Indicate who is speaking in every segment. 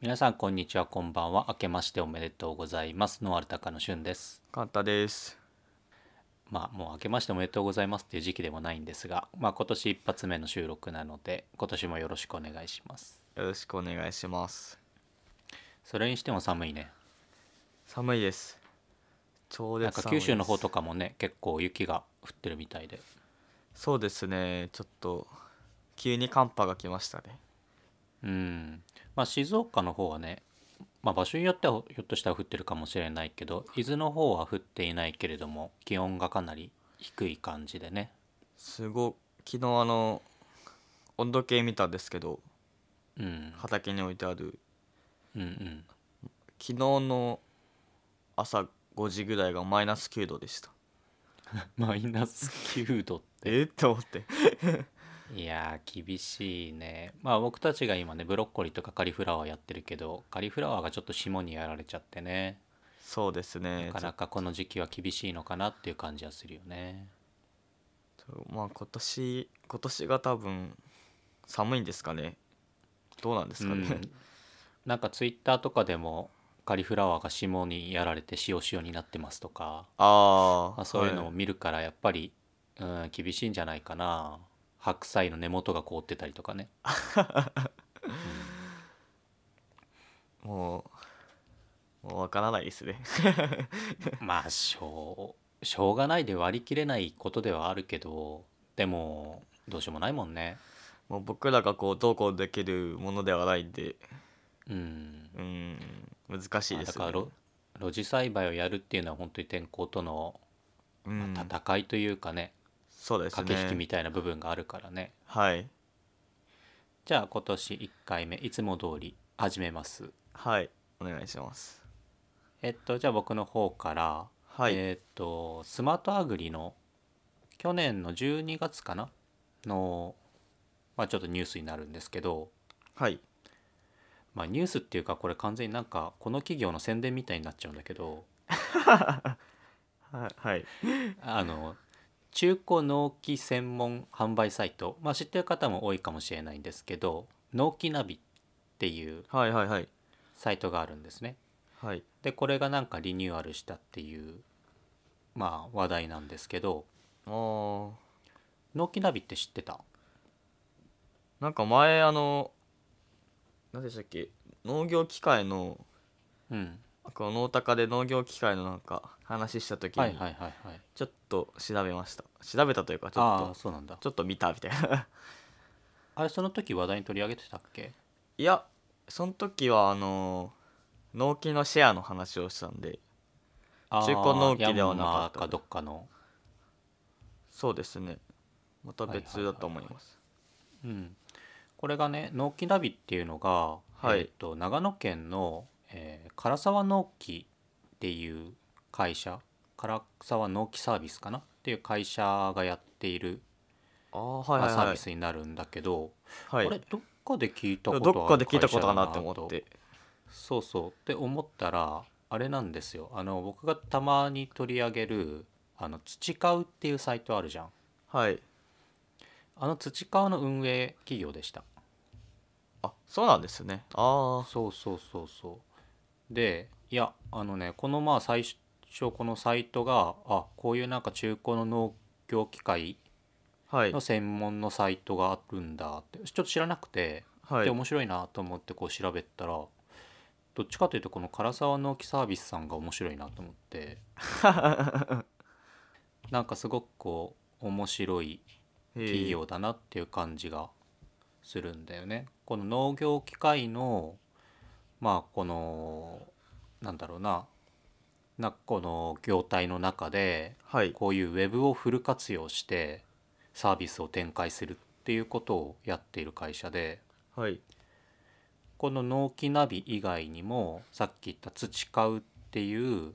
Speaker 1: 皆さんこんにちはこんばんは明けましておめでとうございますノアルタカのしゅんです
Speaker 2: カンタです。
Speaker 1: まあもう明けましておめでとうございますっていう時期でもないんですがまあ今年一発目の収録なので今年もよろしくお願いします
Speaker 2: よろしくお願いします。
Speaker 1: それにしても寒いね
Speaker 2: 寒いです。超
Speaker 1: なんか
Speaker 2: 絶寒
Speaker 1: 九
Speaker 2: いです
Speaker 1: 州の方とかもね結構雪が降ってるみたいで
Speaker 2: そうですね。ちょっと急に寒波が来ましたね。
Speaker 1: うんまあ静岡の方はねまあ場所によってはひょっとしたら降ってるかもしれないけど伊豆の方は降っていないけれども気温がかなり低い感じでね
Speaker 2: すご昨日あの温度計見たんですけど、
Speaker 1: うん
Speaker 2: 畑に置いてある
Speaker 1: うんうん
Speaker 2: 昨日の朝5時ぐらいがマイナス9度でした。
Speaker 1: マイナス9度
Speaker 2: えって思って。
Speaker 1: いやー厳しいねまあ僕たちが今ねブロッコリーとかカリフラワーやってるけどカリフラワーがちょっと霜にやられちゃってね
Speaker 2: そうですね
Speaker 1: な。かなかこの時期は厳しいのかなっていう感じはするよね
Speaker 2: ちょっとまあ今年今年が多分寒いんですかね。どうなんですかね。
Speaker 1: うんなんかツイッターとかでもカリフラワーが霜にやられて塩塩になってますとか、
Speaker 2: あー、
Speaker 1: まあ、そういうの
Speaker 2: は
Speaker 1: を見るからやっぱり、うん厳しいんじゃないかな白菜の根元が凍ってたりとかね
Speaker 2: もう、もうわからないですね。
Speaker 1: まあしょうしょうがないで割り切れないことではあるけどでもどうしようもないもんね
Speaker 2: もう僕らがこう、どうこうできるものではないんで、
Speaker 1: うん
Speaker 2: うーん、難しい
Speaker 1: まあ
Speaker 2: で
Speaker 1: だ
Speaker 2: す
Speaker 1: か
Speaker 2: よ
Speaker 1: ら
Speaker 2: ね。
Speaker 1: ろ露地栽培をやるっていうのは本当に天候との
Speaker 2: う
Speaker 1: まあ
Speaker 2: ん、
Speaker 1: 戦いというかね、
Speaker 2: そうですね。
Speaker 1: 駆け引きみたいな部分があるからね
Speaker 2: はい。
Speaker 1: じゃあ今年1回目いつも通り始めます
Speaker 2: はい。お願いします。
Speaker 1: えっとじゃあ僕の方から、
Speaker 2: はい。
Speaker 1: えっとスマートアグリの去年の12月かなの、まあ、ちょっとニュースになるんですけど、
Speaker 2: はい。
Speaker 1: まあ、ニュースっていうかこれ完全になんかこの企業の宣伝みたいになっちゃうんだけど
Speaker 2: はい。はい。
Speaker 1: あの中古納期専門販売サイト、まあ、知ってる方も多いかもしれないんですけど納期ナビっていう
Speaker 2: はい。はい。はい。
Speaker 1: サイトがあるんですね。
Speaker 2: はい。
Speaker 1: でこれがなんかリニューアルしたっていう、まあ、話題なんですけど
Speaker 2: あー
Speaker 1: 納期ナビって知ってた
Speaker 2: なんか前、あの、何でしたっけ、農業機械の、
Speaker 1: うん
Speaker 2: この農高で農業機械のなんか話した時
Speaker 1: はい
Speaker 2: に
Speaker 1: はいはいはい
Speaker 2: ちょっと調べました、調べたというかちょっ
Speaker 1: ああ
Speaker 2: と
Speaker 1: そうなんだ
Speaker 2: ちょっと見たみたいな
Speaker 1: あれその時話題に取り上げてたっけ
Speaker 2: いやその時はあの納期のシェアの話をしたんで
Speaker 1: 中
Speaker 2: 古納期ではなかった
Speaker 1: かどっかの
Speaker 2: そうですねまた別だと思い
Speaker 1: はいはいはい
Speaker 2: ます
Speaker 1: うん、これがね農機ナビっていうのが、
Speaker 2: はい
Speaker 1: えー、と長野県の、えー唐沢農機っていう会社唐沢農機サービスかなっていう会社がやっている、
Speaker 2: ああはい
Speaker 1: ま
Speaker 2: は
Speaker 1: あ
Speaker 2: い
Speaker 1: サ
Speaker 2: は
Speaker 1: ー
Speaker 2: い
Speaker 1: ビスになるんだけど、
Speaker 2: はい
Speaker 1: これどっかで聞いたことある
Speaker 2: どっかで聞いたことかなって
Speaker 1: 会社
Speaker 2: 思っ
Speaker 1: だなと
Speaker 2: て
Speaker 1: そうそうって思ったらあれなんですよあの僕がたまに取り上げるあの土買うっていうサイトあるじゃん
Speaker 2: はい
Speaker 1: あの土買うの運営企業でした
Speaker 2: あそうなんですねあ
Speaker 1: そうそうそうそうでいやあのねこのまあ最初このサイトがあこういうなんか中古の農業機械
Speaker 2: あはい
Speaker 1: の専門のサイトがあるんだってちょっと知らなくて、
Speaker 2: は
Speaker 1: で
Speaker 2: い
Speaker 1: 面白いなと思ってこう調べたらどっちかというとこの唐沢農機サービスさんが面白いなと思って なんかすごくこう面白い企
Speaker 2: 企
Speaker 1: 業だなっていう感じがするんだよね。この農業機械のまあこのなんだろうななこの業態の中で
Speaker 2: はい
Speaker 1: こういうウェブをフル活用してサービスを展開するっていうことをやっている会社で
Speaker 2: はい
Speaker 1: この農機ナビ以外にもさっき言った土買うっていう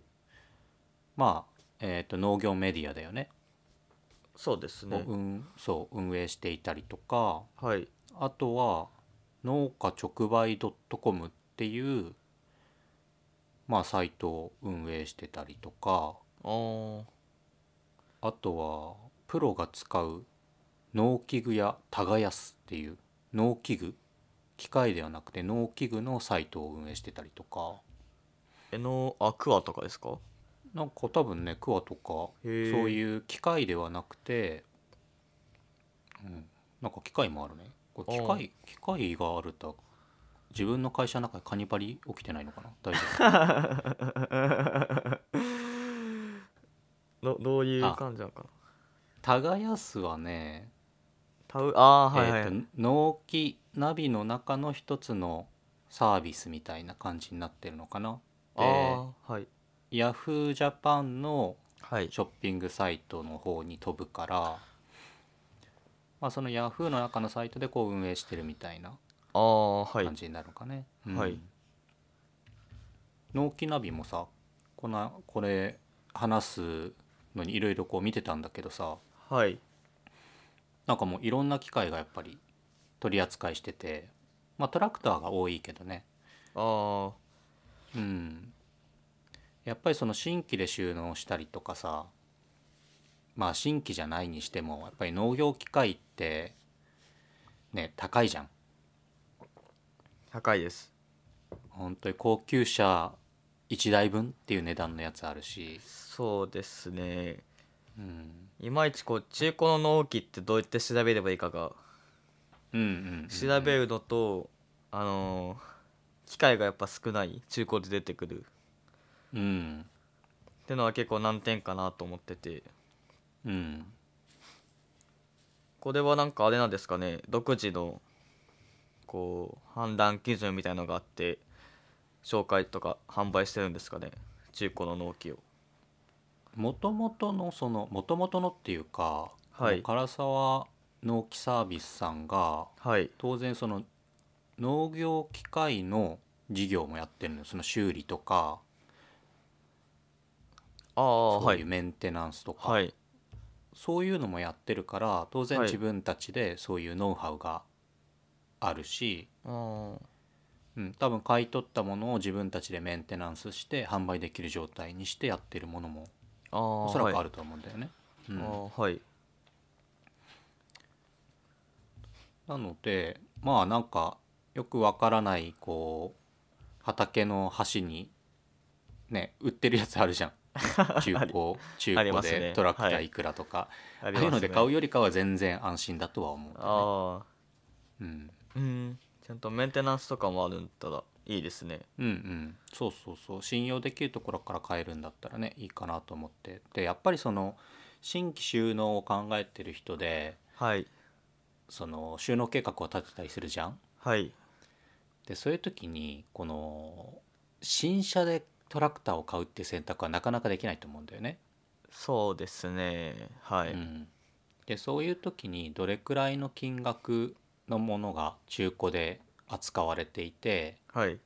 Speaker 1: まあ、えー、と農業メディアだよね
Speaker 2: そうです
Speaker 1: を
Speaker 2: ね
Speaker 1: 運そう運営していたりとか
Speaker 2: はい
Speaker 1: あとは農家直売 .com っていう、まあ、サイトを運営してたりとか
Speaker 2: あー
Speaker 1: あとはプロが使う農機具や耕すっていう農機具機械ではなくて農機具のサイトを運営してたりとか
Speaker 2: えのあクワとかですか
Speaker 1: なんか多分ねクワとか
Speaker 2: そう
Speaker 1: そう
Speaker 2: う
Speaker 1: いう機械ではなくて、うん、なんか機械もあるねこれ機
Speaker 2: ああ
Speaker 1: 械機械があると自分の会社の中でカニパリ起きてないのかな大丈 夫かな
Speaker 2: どどういう
Speaker 1: あ
Speaker 2: 感じなのかな
Speaker 1: 耕すはね、
Speaker 2: タウあーはいはい、
Speaker 1: えーと納期ナビの中の一つのサービスみたいな感じになってるのかな
Speaker 2: あーはい
Speaker 1: ヤフージャパンの
Speaker 2: はい
Speaker 1: ショッピングサイトの方に飛ぶから、まあ、そのヤフーの中のサイトでこう運営してるみたいな
Speaker 2: ああはい
Speaker 1: 感じになるのかね。
Speaker 2: はい
Speaker 1: うん納期ナビもさこなこれ話すのにいろいろこう見てたんだけどさ
Speaker 2: はい
Speaker 1: なんかもういろんな機械がやっぱり取り扱いしてて、まあ、トラクターが多いけどね、
Speaker 2: ああは
Speaker 1: うん、やっぱりその新規で収納したりとかさまあ新規じゃないにしてもやっぱり農業機械ってね高いじゃん
Speaker 2: 高いです
Speaker 1: 本当に高級車1台分っていう値段のやつあるし、
Speaker 2: そうですね
Speaker 1: うん、
Speaker 2: いまいちこう中古の納期ってどうやって調べればいいかが
Speaker 1: うんうんうんうん
Speaker 2: 調べるのと、あのー機械がやっぱ少ない中古で出てくる
Speaker 1: うん
Speaker 2: ってのは結構難点かなと思ってて
Speaker 1: うん
Speaker 2: これはなんかあれなんですかね独自のこう判断基準みたいのがあって紹介とか販売してるんですかね中古の納期を
Speaker 1: もともとのそのもともとのっていうか、
Speaker 2: はい
Speaker 1: この唐沢農機サービスさんが
Speaker 2: はい
Speaker 1: 当然その農業機械の事業もやってるのよその修理とか
Speaker 2: ああ
Speaker 1: そ
Speaker 2: は
Speaker 1: ういう
Speaker 2: い
Speaker 1: メンテナンスとか、
Speaker 2: はい
Speaker 1: そういうのもやってるから当然
Speaker 2: はい
Speaker 1: 自分たちでそういうノウハウがあるし、
Speaker 2: あー
Speaker 1: うん、多分買い取ったものを自分たちでメンテナンスして販売できる状態にしてやってるものも
Speaker 2: あー
Speaker 1: おそらくあ
Speaker 2: はい
Speaker 1: ると思うんだよね。
Speaker 2: あ
Speaker 1: うん
Speaker 2: ーはい
Speaker 1: なのでまあなんかよくわからないこう畑の端にね売ってるやつある じゃん中古中
Speaker 2: あり
Speaker 1: 古
Speaker 2: ます
Speaker 1: で
Speaker 2: ね
Speaker 1: トラクタ
Speaker 2: は
Speaker 1: ー
Speaker 2: い
Speaker 1: いくらとか、
Speaker 2: あ
Speaker 1: ああいうので買
Speaker 2: う
Speaker 1: うよりかは全然安心だとは思うんだよ
Speaker 2: ああ
Speaker 1: ね、うん、
Speaker 2: うんちゃんとメンテナンスとかもあるんだったらいいですね
Speaker 1: うんうんそうそうそう信用できるところから買えるんだったらねいいかなと思ってでやっぱりその新規収納を考えてる人で
Speaker 2: はい
Speaker 1: その収納計画を立てたりするじゃん
Speaker 2: はい
Speaker 1: でそういう時にこの新車でトラクターを買うっていう選択はなかなかできないと思うんだよね。
Speaker 2: そうですねはい、
Speaker 1: うん、でそういう時にどれくらいの金額のものが中古で扱われていて
Speaker 2: はい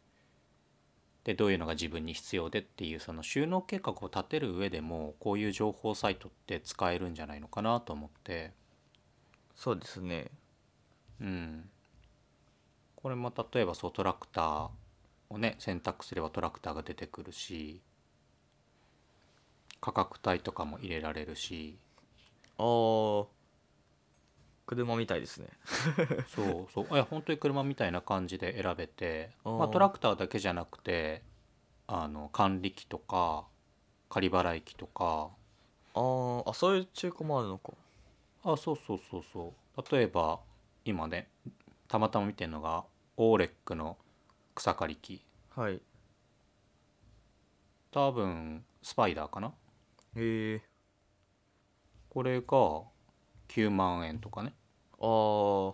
Speaker 1: でどういうのが自分に必要でっていうその収納計画を立てる上でもこういう情報サイトって使えるんじゃないのかなと思って、
Speaker 2: そうですね
Speaker 1: うん、これも例えばそうトラクターをね選択すればトラクターが出てくるし価格帯とかも入れられるし
Speaker 2: ああ車みたいですね
Speaker 1: そうそういや本当に車みたいな感じで選べて
Speaker 2: あー
Speaker 1: まあ、トラクターだけじゃなくてあの管理機とか仮払い機とか
Speaker 2: あーあそういう中古もあるのか
Speaker 1: あそうそうそうそう例えば今ねたまたま見てるのがオーレックの草刈り機
Speaker 2: はい
Speaker 1: 多分スパイダーかな
Speaker 2: へえ
Speaker 1: これが9万円とかね
Speaker 2: あー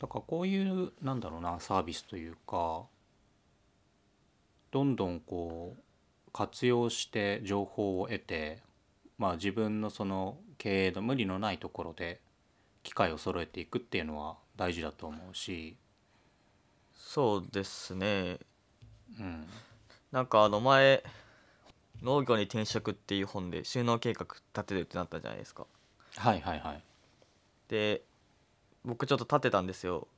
Speaker 1: だからこういうなんだろうなサービスというかどんどんこう活用して情報を得てまあ自分のその経営の無理のないところで機会を揃えていくっていうのは大事だと思うし、
Speaker 2: そうですね
Speaker 1: うん、
Speaker 2: なんかあの前「農業に転職」っていう本で収納計画立てるってなったじゃないですか
Speaker 1: はいはいはい
Speaker 2: で僕ちょっと立てたんですよ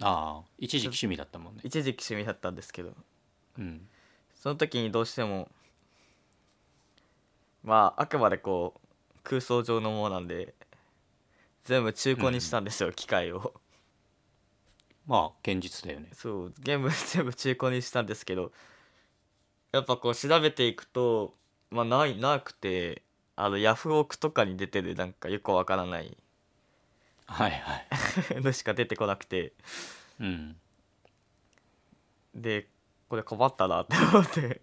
Speaker 1: ああ一時期趣味だったもんね。
Speaker 2: 一時期趣味だったんですけど
Speaker 1: うん、
Speaker 2: その時にどうしてもまああくまでこう空想上のものなんで全部中古にしたんですよ、機械を
Speaker 1: まあ現実だよね
Speaker 2: そう全部 全部中古にしたんですけどやっぱこう調べていくとまあないなくてあのヤフオクとかに出てるなんかよくわからない
Speaker 1: はいはい
Speaker 2: のしか出てこなくて
Speaker 1: うん
Speaker 2: でこれ困ったなって思って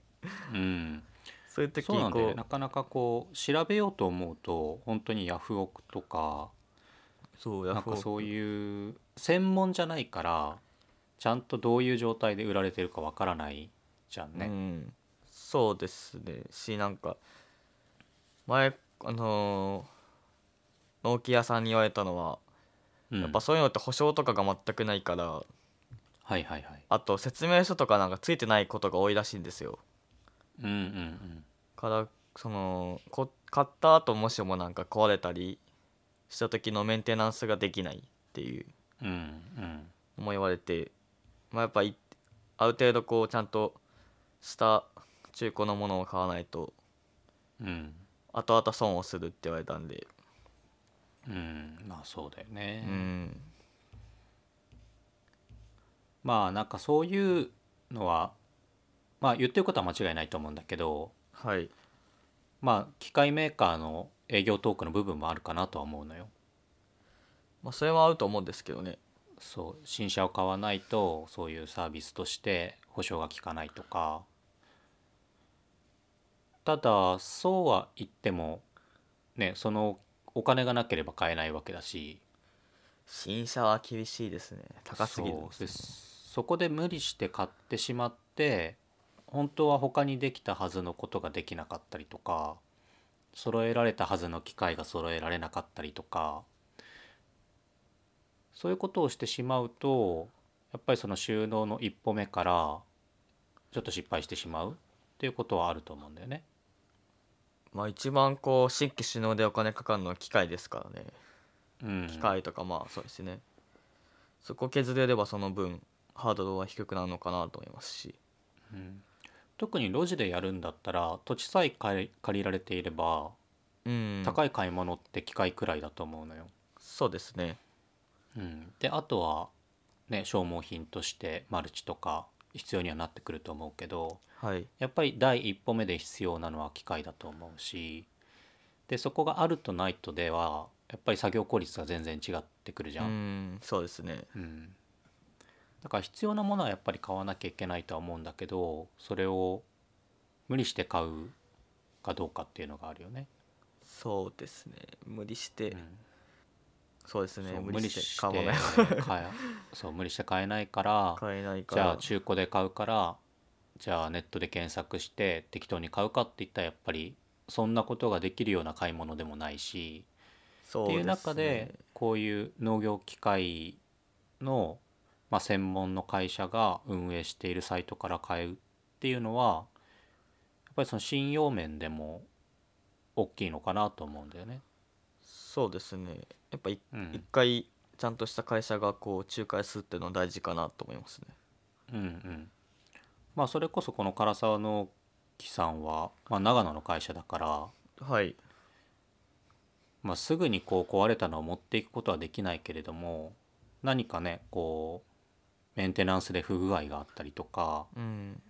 Speaker 1: うん
Speaker 2: そういう時
Speaker 1: そうなんだよね
Speaker 2: こう
Speaker 1: なかなかこう調べようと思うと本当にヤフオクとか
Speaker 2: そう
Speaker 1: な
Speaker 2: ヤ
Speaker 1: ん
Speaker 2: フオ
Speaker 1: か
Speaker 2: ク
Speaker 1: そういう専門じゃないからちゃんとどういう状態で売られてるかわからないじゃん
Speaker 2: う
Speaker 1: ね。
Speaker 2: ん、そうですねしなんか前あのー納期屋さんに言われたのは、
Speaker 1: うん
Speaker 2: やっぱそういうのって保証とかが全くないから
Speaker 1: はいはいはい。
Speaker 2: あと説明書とかなんかついてないことが多いらしいんですよ
Speaker 1: うんうん
Speaker 2: からそのこ買った後もしもなんか壊れたりした時のメンテナンスができないっていう
Speaker 1: うんうん
Speaker 2: のも言われて、まあ、やっぱいある程度こうちゃんとした中古のものを買わないと
Speaker 1: うんうん
Speaker 2: 後々損をするって言われたんで
Speaker 1: うんまあそうだよね。
Speaker 2: うん
Speaker 1: まあなんかそういうのはまあ言ってることは間違いないと思うんだけど
Speaker 2: はい
Speaker 1: まあ機械メーカーの営業トークの部分もあるかなとは思うのよ。
Speaker 2: まあそれは合うと思うんですけどね
Speaker 1: そう新車を買わないとそういうサービスとして保証が効かないとかただそうは言ってもねそのお金がなければ買えないわけだし
Speaker 2: 新車は厳しいですね高すぎるん
Speaker 1: そう
Speaker 2: です
Speaker 1: でそこで無理して買ってしまって本当は他にできたはずのことができなかったりとか揃えられたはずの機械が揃えられなかったりとかそういうことをしてしまうとやっぱりその収納の一歩目からちょっと失敗してしまうっていうことはあると思うんだよね。
Speaker 2: まあ一番こう新規首脳でお金かかるのは機械ですからね
Speaker 1: うん、
Speaker 2: 機械とかまあそうですねそこ削れればその分ハードルは低くなるのかなと思いますし
Speaker 1: うん特に路地でやるんだったら土地さえ借り借りられていれば
Speaker 2: うん
Speaker 1: 高い買い物って機械くらいだと思うのよ。
Speaker 2: そうですね
Speaker 1: うん、であとは、ね、消耗品としてマルチとか必要にはなってくると思うけど
Speaker 2: はい
Speaker 1: やっぱり第一歩目で必要なのは機械だと思うしでそこがあるとないとではやっぱり作業効率が全然違ってくるじ
Speaker 2: う
Speaker 1: ゃん。
Speaker 2: んそうですね
Speaker 1: うんだから必要なものはやっぱり買わなきゃいけないとは思うんだけどそれを無理して買うかどうかっていうのがあるよね。
Speaker 2: そうですね無理して、
Speaker 1: うん
Speaker 2: そうですね
Speaker 1: そう
Speaker 2: 無理して買
Speaker 1: 無
Speaker 2: わ
Speaker 1: 理
Speaker 2: ない
Speaker 1: して買えそう無理して買えないから
Speaker 2: 買えないか
Speaker 1: じゃあ
Speaker 2: ら
Speaker 1: 中古で買うからじゃあネットで検索して適当に買うかって言ったらやっぱりそんなことができるような買い物でもないし、
Speaker 2: そ
Speaker 1: っていう
Speaker 2: すね
Speaker 1: 中でこういう農業機械の、まあ、専門の会社が運営しているサイトから買うっていうのはやっぱりその信用面でも大きいのかなと思うんだよね。
Speaker 2: そうですねやっぱい
Speaker 1: うん
Speaker 2: 一回ちゃんとした会社がこう仲介するっていうのは大事かなと思いますね
Speaker 1: うんうん、まあそれこそこの唐沢農機さんは、まあ、長野の会社だから、
Speaker 2: はい
Speaker 1: まあ、すぐにこう壊れたのを持っていくことはできないけれども何かねこうメンテナンスで不具合があったりとか
Speaker 2: うん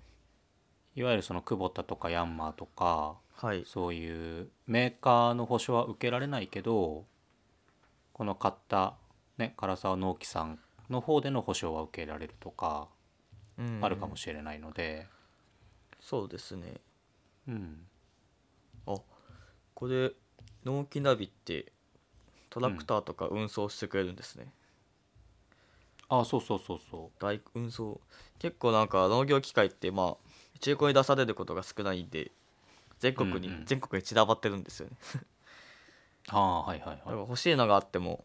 Speaker 1: いわゆるそのクボタとかヤンマーとか
Speaker 2: はい
Speaker 1: そういうメーカーの保証は受けられないけどこの買った、ね、唐沢農機さんの方での保証は受けられるとかあるかも
Speaker 2: し
Speaker 1: しれないので、
Speaker 2: れないそうですね
Speaker 1: うん、
Speaker 2: あこれ納期ナビってトラクターとか運送してくれるんですね、
Speaker 1: あそうそうそうそう
Speaker 2: 大運送結構なんか農業機械ってまあ中古に出されることが少ないんで全国に、
Speaker 1: うんうん
Speaker 2: 全国に散らばってるんですよね
Speaker 1: ああはいはい
Speaker 2: だから
Speaker 1: はい
Speaker 2: 欲しいのがあっても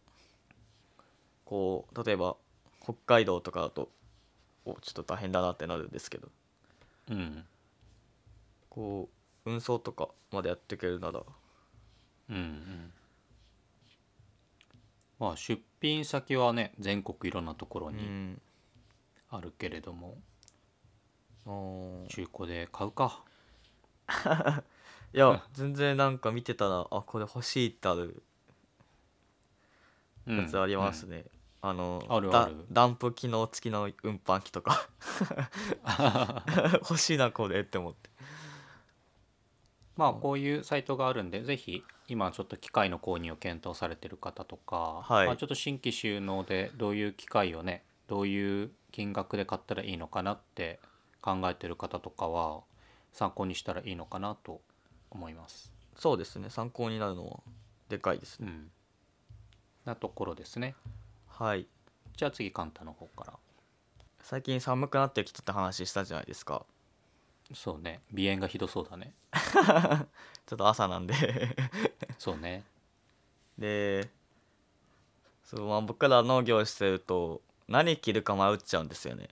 Speaker 2: こう例えば北海道とかだとおちょっと大変だなってなるんですけど
Speaker 1: うん
Speaker 2: こう運送とかまでやってくれるなら
Speaker 1: うんうんまあ出品先はね全国いろんなところ
Speaker 2: う
Speaker 1: に
Speaker 2: ん
Speaker 1: あるけれども、
Speaker 2: あー
Speaker 1: 中古で買うか
Speaker 2: いや全然なんか見てたらあこれ欲しいってある
Speaker 1: うん
Speaker 2: やつあります
Speaker 1: うん
Speaker 2: ね、あの
Speaker 1: ある
Speaker 2: ダ
Speaker 1: ある
Speaker 2: ダンプ機能付きの運搬機 とか欲しいなこれって思って
Speaker 1: まあこういうサイトがあるんでぜひ今ちょっと機械の購入を検討されてる方とか、
Speaker 2: はい
Speaker 1: まあ、ちょっと新規収納でどういう機械をねどういう金額で買ったらいいのかなって考えてる方とかは参考にしたらいいのかなと思います。
Speaker 2: そうですね参考になるのはでかいです
Speaker 1: う
Speaker 2: ね
Speaker 1: ん、なところですね。
Speaker 2: はい
Speaker 1: じゃあ次カンタの方から。
Speaker 2: 最近寒くなってきたって話したじゃないですか
Speaker 1: そうね鼻炎がひどそうだね。
Speaker 2: ちょっと朝なんで
Speaker 1: そうね。
Speaker 2: でそう、まあ、僕ら農業してると何着るか迷っちゃうんですよね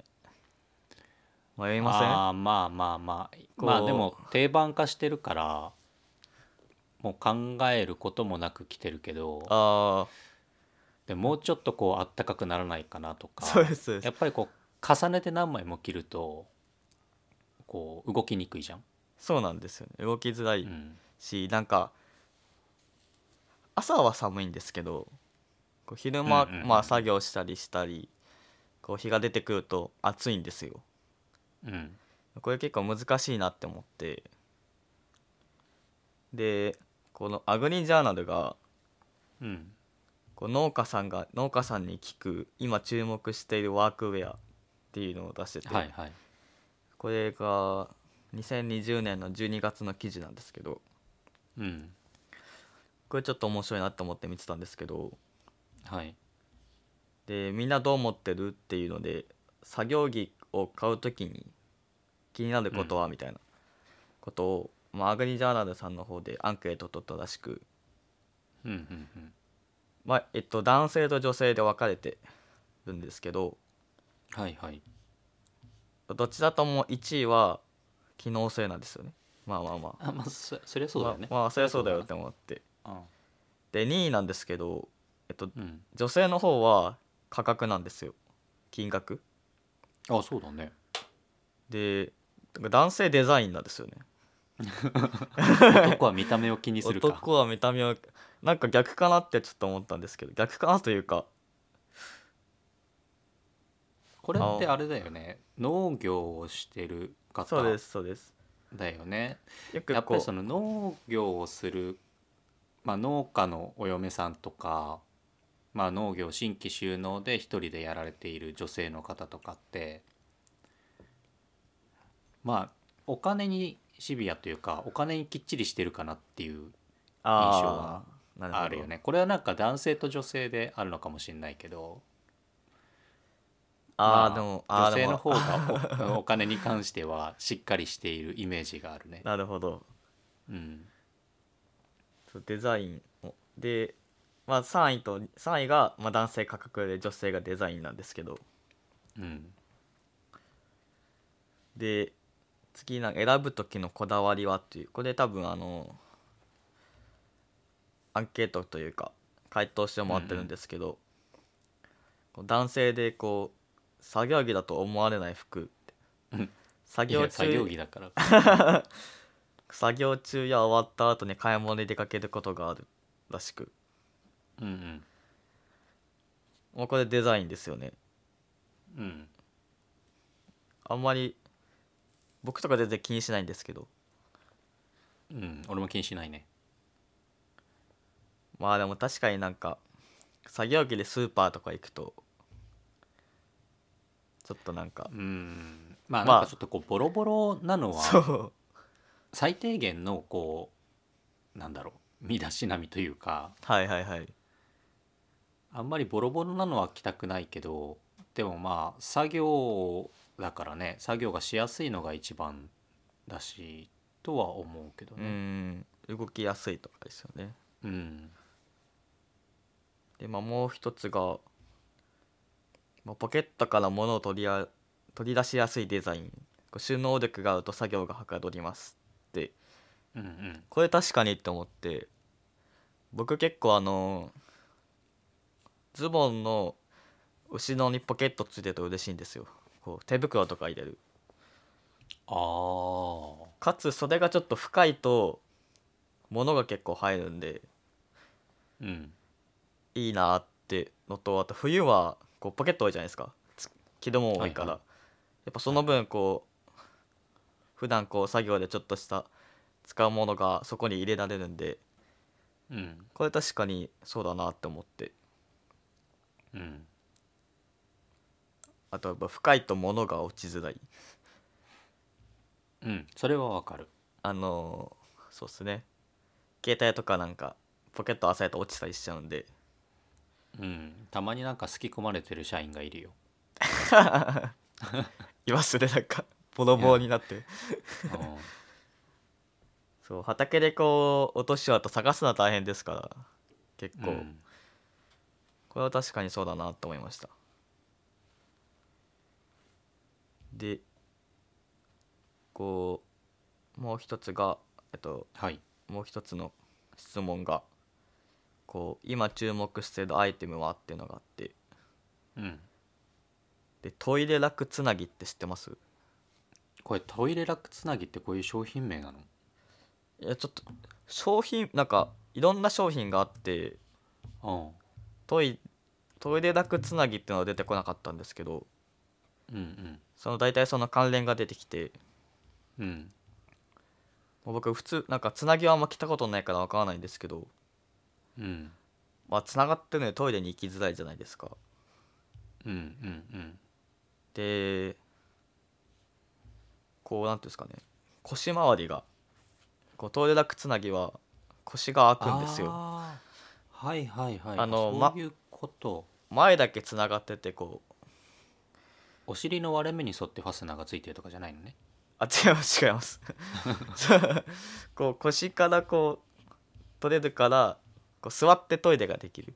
Speaker 2: 迷いません
Speaker 1: あーまあまあまあ
Speaker 2: こう
Speaker 1: まあでも定番化してるからもう考えることもなく来てるけど
Speaker 2: あ
Speaker 1: でもうちょっとこうあったかくならないかなと
Speaker 2: あ
Speaker 1: か
Speaker 2: そうですそうです
Speaker 1: やっぱりこう重ねて何枚も着るとこう動きにくいじゃん。
Speaker 2: そうなんですよね動きづら
Speaker 1: う
Speaker 2: い
Speaker 1: ん
Speaker 2: し、なんか朝は寒いんですけどこう昼間、
Speaker 1: うんうんうん
Speaker 2: まあ、作業したりしたりこう日が出てくると暑いんですよ
Speaker 1: うん
Speaker 2: これ結構難しいなって思ってでこのアグリジャーナルが
Speaker 1: うん
Speaker 2: こう農家さんが農家さんに聞く今注目しているワークウェアっていうのを出してて、
Speaker 1: はいはい。
Speaker 2: これが2020年の12月の記事なんですけど
Speaker 1: うん
Speaker 2: これちょっと面白いなと思って見てたんですけど
Speaker 1: はい、
Speaker 2: でみんなどう思ってるっていうので作業着を買う時に気になることはみたいなことを、まあ、アグリジャーナルさんの方でアンケートを取ったらしく、
Speaker 1: うんうんうん、
Speaker 2: まあえっと、男性と女性で分かれてるんですけど
Speaker 1: はいはい。
Speaker 2: どちらとも1位は機能性なんですよねまあまあまあ
Speaker 1: あまあそそりゃそうだよね。
Speaker 2: まあ、まあそりゃそうだよって思ってで2位なんですけど、えっと、
Speaker 1: うん、
Speaker 2: 女性の方は価格なんですよ金額
Speaker 1: あそうだね。
Speaker 2: で男性デザインなんですよね
Speaker 1: 男は見た目を気にするか。
Speaker 2: 男は見た目をなんか逆かなってちょっと思ったんですけど逆かなというか
Speaker 1: これってあれだよね農業をしてる方
Speaker 2: そうですそうです
Speaker 1: だよね
Speaker 2: よく
Speaker 1: やっぱ
Speaker 2: こ
Speaker 1: りそうの農業をする、まあ、農家のお嫁さんとか、まあ、農業新規収納で一人でやられている女性の方とかってまあお金にシビアというかお金にきっちりしてるかなっていう印象は
Speaker 2: ーな
Speaker 1: あるよねこれはなんか男性と女性であるのかもしれないけど
Speaker 2: あー、
Speaker 1: まあ
Speaker 2: でもあ
Speaker 1: 女
Speaker 2: ーで
Speaker 1: 性
Speaker 2: も
Speaker 1: の方がお お金に関してはしっかりしているイメージがあるね。
Speaker 2: なるほど
Speaker 1: うん、
Speaker 2: そうデザインをで、まあ、3位と3位が、まあ、男性価格で女性がデザインなんですけど
Speaker 1: うん、
Speaker 2: で次なんか選ぶ時のこだわりはっていうこれ多分あのアンケートというか回答してもらってるんですけど、こう男性でこう作業着だと思われない服って
Speaker 1: うん
Speaker 2: 作
Speaker 1: い
Speaker 2: 業
Speaker 1: や作業
Speaker 2: 中
Speaker 1: 着だから。
Speaker 2: 作業中や終わった後に買い物に出かけることがあるらしく
Speaker 1: うんうん
Speaker 2: もうこれデザインですよね
Speaker 1: うん
Speaker 2: あんまり僕とか全然気にしないんですけど
Speaker 1: うん、俺も気にしないね。
Speaker 2: まあでも確かになんか作業着でスーパーとか行くとちょっとなんか
Speaker 1: うん、まあ
Speaker 2: ま
Speaker 1: な
Speaker 2: あ
Speaker 1: んかちょっとこうボロボロなの
Speaker 2: そ
Speaker 1: は
Speaker 2: う
Speaker 1: 最低限のこうなんだろう身だしなみというか
Speaker 2: はいはいはい
Speaker 1: あんまりボロボロなのは着たくないけどでもまあ作業だからね作業がしやすいのが一番だしとは思うけど
Speaker 2: う
Speaker 1: ね。
Speaker 2: ん動きやすいとかですよね
Speaker 1: うん、
Speaker 2: でまあもう一つが、まあ、ポケットから物を取りあ取り出しやすいデザインこう収納力があると作業がはかどりますって
Speaker 1: うん、うん
Speaker 2: これ確かにって思って僕結構あのズボンの後ろにポケットついてると嬉しいんですよこう手袋とか入れる
Speaker 1: ああ
Speaker 2: かつ袖がちょっと深いと物が結構入るんで
Speaker 1: うん
Speaker 2: いいなってのとあと冬はこうポケット多いじゃないですかつ木戸も多いから、
Speaker 1: はいは
Speaker 2: やっぱその分こう普段こう作業でちょっとした使うものがそこに入れられるんで
Speaker 1: うん
Speaker 2: これ確かにそうだなって思って
Speaker 1: うん
Speaker 2: あとやっぱ深いと物が落ちづらい
Speaker 1: うんそれはわかる
Speaker 2: あのーそうっすね携帯とかなんかポケットあさやと落ちたりしちゃうんで
Speaker 1: うんたまになんかすき込まれてる社員がいるよ
Speaker 2: いますねなんか ボロボロになって
Speaker 1: うん
Speaker 2: そう畑でこう落としちゃうと探すのは大変ですから結構、
Speaker 1: うん
Speaker 2: これは確かにそうだなと思いましたでこうもう一つがえっと
Speaker 1: はい
Speaker 2: もう一つの質問がこう今注目しているアイテムはっていうのがあって
Speaker 1: うん
Speaker 2: でトイレラックつなぎって知ってます
Speaker 1: これトイレラックつなぎってこういう商品名なの
Speaker 2: いやちょっと商品なんかいろんな商品があってトイトイレラックつなぎっていうのは出てこなかったんですけど
Speaker 1: うんうん
Speaker 2: その大体その関連が出てきて
Speaker 1: うんうん
Speaker 2: もう僕普通なんかつなぎはあんま来たことないからわからないんですけど
Speaker 1: うん
Speaker 2: まあつながってるのでトイレに行きづらいじゃないですか
Speaker 1: うんうんうん
Speaker 2: でこうなんていうんですかね腰回りがこうトイレラックつなぎは腰が開くんですよ
Speaker 1: あーはいはいはい
Speaker 2: あのま
Speaker 1: そういうこと、
Speaker 2: 前だけつながっててこう
Speaker 1: お尻の割れ目に沿ってファスナーがついてるとかじゃないのね
Speaker 2: あ違います違います そうこう腰からこう取れるからこう座ってトイレができる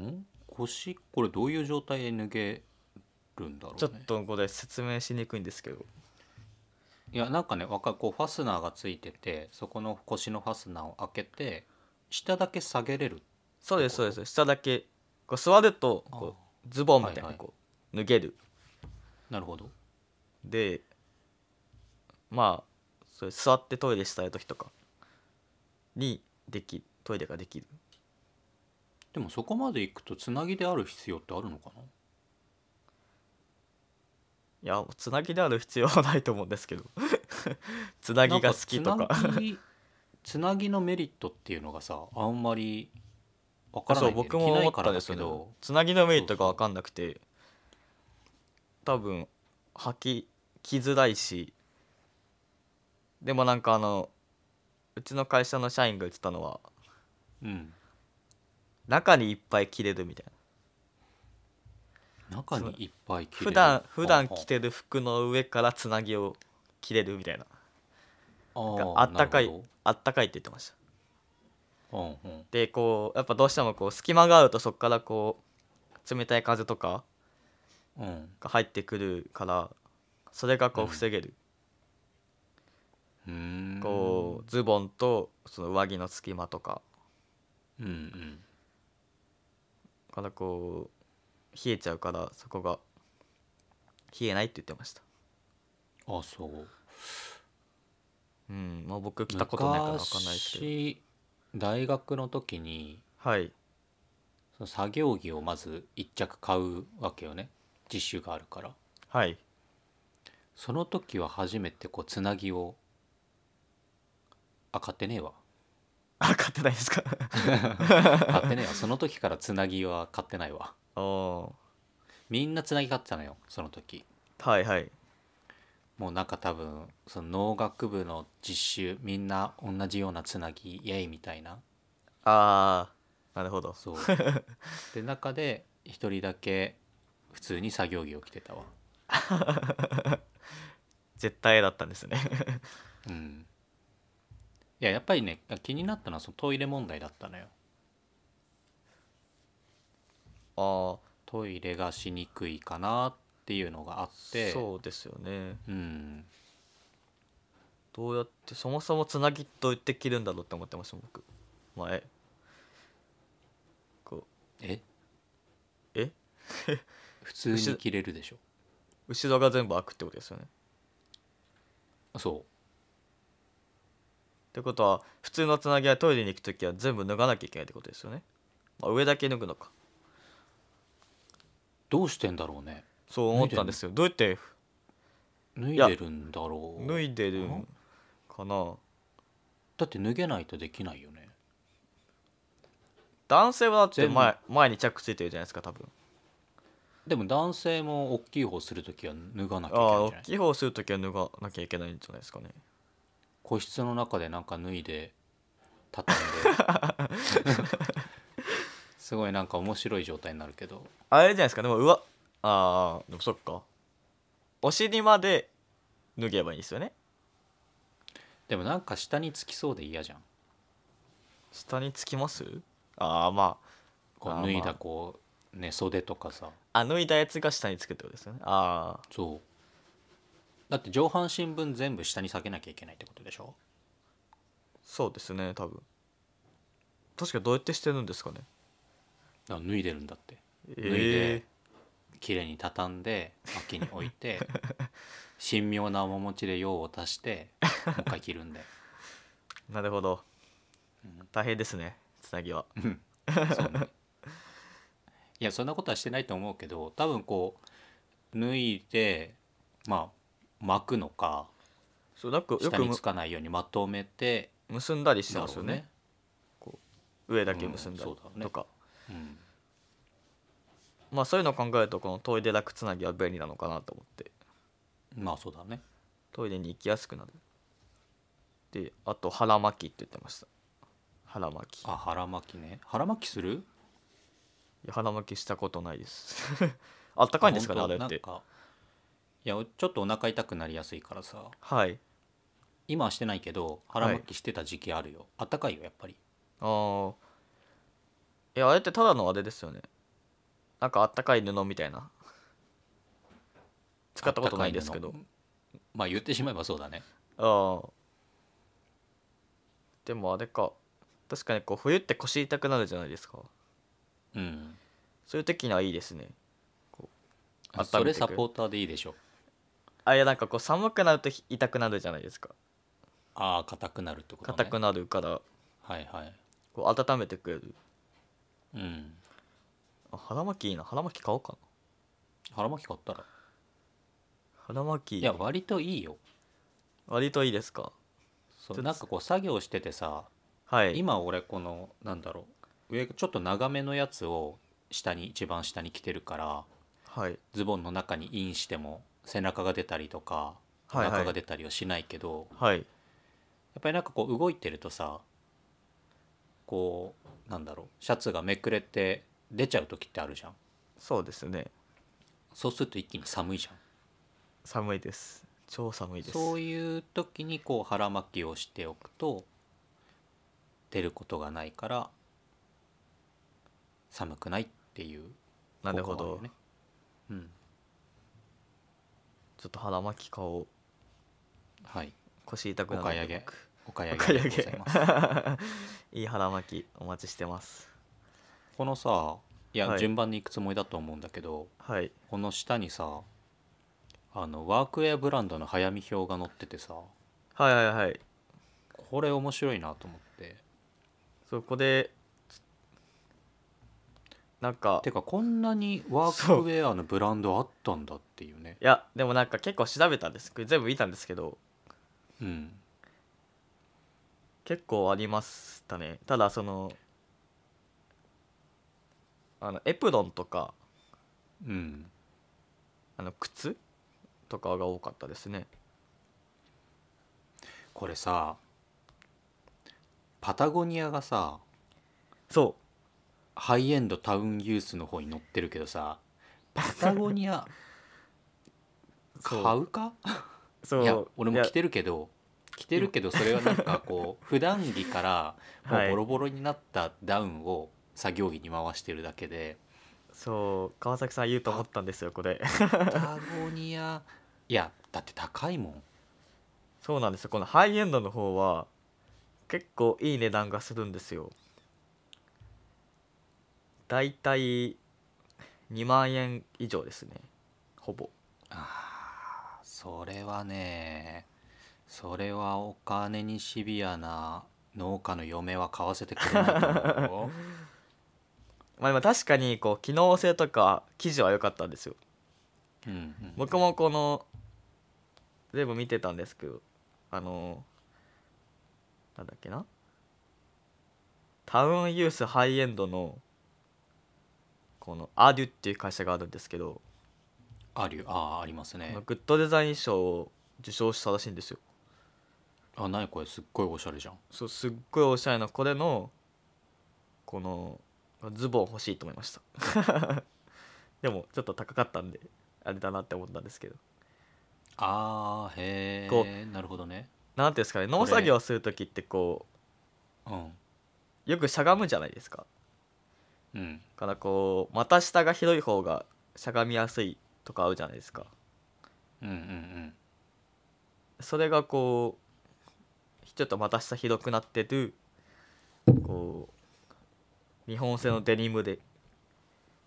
Speaker 1: ん腰これどういう状態で抜けるんだろう、ね、
Speaker 2: ちょっとこれ説明しにくいんですけど
Speaker 1: いやなんかねわかこうファスナーがついててそこの腰のファスナーを開けて下だけ下げれる
Speaker 2: そうですそうです下だけこう座るとこ
Speaker 1: あ
Speaker 2: うズボンみた
Speaker 1: はい
Speaker 2: いに
Speaker 1: はい
Speaker 2: こう脱げる
Speaker 1: なるほど
Speaker 2: でまあそれ座ってトイレしたい時とかにできトイレができる
Speaker 1: でもそこまで行くとつなぎである必要ってあるのかない
Speaker 2: やつなぎである必要はないと思うんですけど つなぎが好きと
Speaker 1: なん
Speaker 2: か
Speaker 1: つなぎつなぎのメリットっていうのがさあんまりわから
Speaker 2: そ
Speaker 1: な
Speaker 2: う
Speaker 1: いんだよね
Speaker 2: 僕も思
Speaker 1: 着な
Speaker 2: っ
Speaker 1: いか
Speaker 2: た
Speaker 1: ら
Speaker 2: んで
Speaker 1: だ
Speaker 2: す
Speaker 1: け
Speaker 2: よね
Speaker 1: ど
Speaker 2: つなぎのメリットが分かんなくて多分履ききづらいしでもなんかあのうちの会社の社員が言ってたのは
Speaker 1: うん
Speaker 2: 中にいっぱい着れるみたいな
Speaker 1: 中にいっぱい着れる
Speaker 2: 普段普段
Speaker 1: はあはあ
Speaker 2: 着てる服の上からつなぎを着れるみたいな
Speaker 1: あ
Speaker 2: あったか
Speaker 1: ないる
Speaker 2: あったかいって言ってました
Speaker 1: ほどうんうん
Speaker 2: でこうやっぱどうしてもこう隙間があるとそこからこう冷たい風とか
Speaker 1: うん
Speaker 2: が入ってくるからそれがこう
Speaker 1: うん
Speaker 2: 防げる、
Speaker 1: うーん
Speaker 2: こうズボンとその上着の隙間とか
Speaker 1: うんうん
Speaker 2: からこう冷えちゃうからそこが冷えないって言ってました
Speaker 1: あそう
Speaker 2: うんまあ僕着たことないから分かんないですけど
Speaker 1: 昔大学の時に
Speaker 2: はい
Speaker 1: その作業着をまず一着買うわけよね実習があるから
Speaker 2: はい
Speaker 1: その時は初めてこうつなぎをあ買ってねえわ
Speaker 2: あ買ってないですか
Speaker 1: 買ってねえわその時からつなぎは買ってないわ
Speaker 2: おお
Speaker 1: みんなつなぎ買ってたのよその時
Speaker 2: ーはいはい
Speaker 1: もうなんか多分その農学部の実習みんな同じようなつなぎイエイみたいな
Speaker 2: ああなるほど
Speaker 1: そうで中で一人だけ普通に作業着を着てたわ
Speaker 2: 絶対だったんですね
Speaker 1: うんいややっぱりね気になったのはそのトイレ問題だったのよ
Speaker 2: ああ
Speaker 1: トイレがしにくいかなっていうのがあって
Speaker 2: そう ですよね
Speaker 1: うん
Speaker 2: どうやってそもそもつなぎと言って着るんだろうって思ってました僕前こ
Speaker 1: え
Speaker 2: うえ
Speaker 1: 普通に着れるでしょ
Speaker 2: 後ろが全部開くってことですよね
Speaker 1: そ
Speaker 2: ってことは普通のつなぎはトイレに行く時は全部脱がなきゃいけないってことですよね、まあ、上だけ脱ぐのか
Speaker 1: どうしてんだろうね
Speaker 2: そう思ったんですよどうやって
Speaker 1: 脱い
Speaker 2: や
Speaker 1: でるんだろう
Speaker 2: 脱いでるんかな
Speaker 1: だって脱げないとできないよね
Speaker 2: 男性はだって
Speaker 1: 全部
Speaker 2: 前前に着ついてるじゃないですか多分
Speaker 1: でも男性も大きい方する時は脱がなきゃい
Speaker 2: あ
Speaker 1: け
Speaker 2: あ
Speaker 1: ないんじ
Speaker 2: 大
Speaker 1: ゃない
Speaker 2: きい方をするときは脱がなきゃいけないんじゃないですかね
Speaker 1: 個室の中でなんか脱いで畳ん で すごいなんか面白い状態になるけど
Speaker 2: あれじゃないですかでもうわあーでもそっかお尻まで脱げばいいんですよね
Speaker 1: でもなんか下につきそうで嫌じゃん
Speaker 2: 下につきますああま
Speaker 1: こ
Speaker 2: あ
Speaker 1: う
Speaker 2: ー
Speaker 1: 脱い
Speaker 2: ま
Speaker 1: だ
Speaker 2: あ
Speaker 1: こう、ね、袖とかさ
Speaker 2: ああ脱いだやつが下につくってことですよねああ
Speaker 1: そうだって上半身分全部下に下げなきゃいけないってことでしょ
Speaker 2: そうですね多分確かどうやってしてるんですかね
Speaker 1: だから脱いでるんだって
Speaker 2: え
Speaker 1: いで綺麗に畳んで脇に置いて神妙な面持ちで用を足してもう一回着るんで
Speaker 2: ーなるほど
Speaker 1: うん
Speaker 2: 大変ですねつなぎは
Speaker 1: うんそうねいやそんなことはしてないと思うけど多分こう脱いでまあ巻くのか
Speaker 2: そうなんかよ
Speaker 1: 下
Speaker 2: く
Speaker 1: に
Speaker 2: む
Speaker 1: つかないようにまとめて
Speaker 2: 結んだりして
Speaker 1: だ
Speaker 2: ま
Speaker 1: ろ
Speaker 2: す
Speaker 1: う
Speaker 2: よね
Speaker 1: ね
Speaker 2: 上だけ結んだり
Speaker 1: うんそうだろうね
Speaker 2: とか、
Speaker 1: うん
Speaker 2: まあそういうのを考えるとこのトイレ楽つなぎは便利なのかなと思って
Speaker 1: まあそうだね
Speaker 2: トイレに行きやすくなるであと腹巻きって言ってました腹巻きい
Speaker 1: あ腹巻きね腹巻きする
Speaker 2: や腹巻きしたことないです あったかいんですかねあ
Speaker 1: 本当
Speaker 2: れって
Speaker 1: なんかいやちょっとお腹痛くなりやすいからさ
Speaker 2: はい
Speaker 1: 今はしてないけど腹巻きしてた時期あるよ、あったかいよやっぱり
Speaker 2: あーえあれってただのあれですよねなんかあったかい布みた いな使ったことないです
Speaker 1: あ
Speaker 2: け
Speaker 1: っ
Speaker 2: ど
Speaker 1: たかい布まあ言ってしまえばそうだね
Speaker 2: ああでもあれか確かにこう冬って腰痛くなるじゃないですか
Speaker 1: うん
Speaker 2: そういう時にはいいですね温めていく
Speaker 1: それサポーターでいいでしょ
Speaker 2: あいやなんかこう寒くなるとひ痛くなるじゃないですか
Speaker 1: ああ硬くなるってことね
Speaker 2: 硬くなるから
Speaker 1: はいはい
Speaker 2: こう温めてくれる
Speaker 1: うん
Speaker 2: あ腹巻きいいな腹巻き買おうかな
Speaker 1: 腹巻き買ったら
Speaker 2: 腹巻
Speaker 1: いや
Speaker 2: き
Speaker 1: 割といいよ
Speaker 2: 割といいですか
Speaker 1: そうなんかこう作業しててさ
Speaker 2: はい
Speaker 1: 今俺このなんだろう上ちょっと長めのやつを下に一番下に着てるから
Speaker 2: はい
Speaker 1: ズボンの中にインしても背中が出たりとかお
Speaker 2: はいはい
Speaker 1: 腹が出たりはしないけど、
Speaker 2: はい
Speaker 1: やっぱりなんかこう動いてるとさこうなんだろうシャツがめくれて出ちゃう時ってあるじゃん
Speaker 2: そうですね
Speaker 1: そうすると一気に寒いじゃん
Speaker 2: 寒いです超寒いです
Speaker 1: そういう時にこう腹巻きをしておくと出ることがないから寒くないっていう
Speaker 2: なるほ
Speaker 1: 効果
Speaker 2: ど、
Speaker 1: はあよねうん
Speaker 2: ちょっと腹巻き買おう
Speaker 1: はい
Speaker 2: 腰痛くなる
Speaker 1: お買い上げお買い
Speaker 2: お買い
Speaker 1: 上
Speaker 2: 上
Speaker 1: げ
Speaker 2: げ
Speaker 1: でございます
Speaker 2: いい腹巻きお待ちしてます
Speaker 1: このさいや、
Speaker 2: はい
Speaker 1: 順番に行くつもりだと思うんだけど
Speaker 2: はい
Speaker 1: この下にさあのワークウェアブランドの早見表が載っててさ
Speaker 2: はいはいはい
Speaker 1: これ面白いなと思って
Speaker 2: そこでなんか
Speaker 1: てかこんなにワークウェアのブランドあったんだっていうね
Speaker 2: いやでもなんか結構調べたんですこれ全部見たんですけど
Speaker 1: うん
Speaker 2: 結構ありましたねただそのあのエプロンとか
Speaker 1: うん
Speaker 2: あの靴とかが多かったですね
Speaker 1: これさパタゴニアがさ
Speaker 2: そ
Speaker 1: ハイエンドタウンユースの方に載ってるけどさパタゴニア
Speaker 2: う そう
Speaker 1: 買うか
Speaker 2: そう
Speaker 1: いや俺も着
Speaker 2: い
Speaker 1: てるけど着てるけどそれはなんかこう普段着からも
Speaker 2: は
Speaker 1: う
Speaker 2: い
Speaker 1: ボロボロになったダウンを作業着に回してるだけ で、
Speaker 2: やそう川崎さん言うと思ったんですよこれ
Speaker 1: パタゴニアいやだって高いもん
Speaker 2: そうなんですよこのハイエンドの方は結構いい値段がするんですよだいたい2万円以上ですねほぼ
Speaker 1: あーそれはねそれはお金にシ ビアな農家の嫁は買わせてくれないと思うよ
Speaker 2: まあ、今確かにこう機能性とか記事は良かったんですよ
Speaker 1: うんうん
Speaker 2: 僕もこの全部見てたんですけどあのなんだっけなタウンユースハイエンドのこのアデュっていう会社があるんですけど、
Speaker 1: あるよあーありますね
Speaker 2: グッドデザイン賞を受賞したらしいんですよ
Speaker 1: あ何これすっごいおしゃれじゃん
Speaker 2: そうすっごいおしゃれなこれのこのズボン欲しいと思いました でもちょっと高かったんであれだなって思ったんですけど
Speaker 1: あーへ
Speaker 2: こ
Speaker 1: えなるほどね
Speaker 2: なんていうんですかね農作業する時ってこ
Speaker 1: うん
Speaker 2: うよくしゃがむじゃないですか
Speaker 1: うん
Speaker 2: だからこう股下が広い方がしゃがみやすいとかあるじゃないですか
Speaker 1: うんうんうん
Speaker 2: それがこうちょっと股下広くなってるこう日本製のデニムで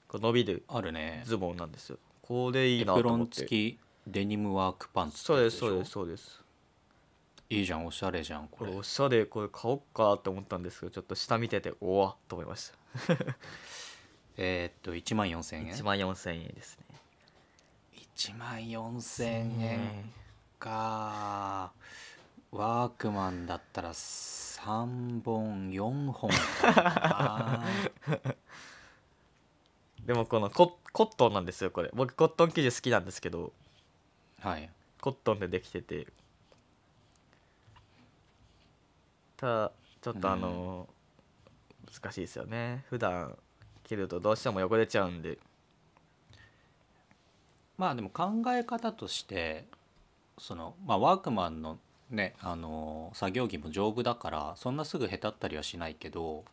Speaker 2: こう伸びる
Speaker 1: あるね
Speaker 2: ズボンなんですよこれいい
Speaker 1: エ
Speaker 2: なと
Speaker 1: プロ
Speaker 2: 思っ
Speaker 1: ン
Speaker 2: て
Speaker 1: 付きデニムワークパンツって
Speaker 2: そう
Speaker 1: や
Speaker 2: で
Speaker 1: つ
Speaker 2: す
Speaker 1: しょ
Speaker 2: そうですそうです
Speaker 1: いいじゃんおしゃれじゃんこ
Speaker 2: こ
Speaker 1: れ
Speaker 2: れおしゃれこれ買おっかって思ったんですけどちょっと下見てておわっと思いました
Speaker 1: えーっと1万4000円
Speaker 2: 1万4000円ですね
Speaker 1: 1万4000円かワークマンだったら3本4本 か
Speaker 2: でもこのココットンなんですよこれ僕コットン生地好きなんですけど
Speaker 1: なはい
Speaker 2: コットンでできててただちょっとあの難しいですよね普段着るとどうしても汚れちゃうんで
Speaker 1: まあでも考え方としてその、まあ、ワークマンのねあのー作業着も丈夫だからそんなすぐへたったりはしないけど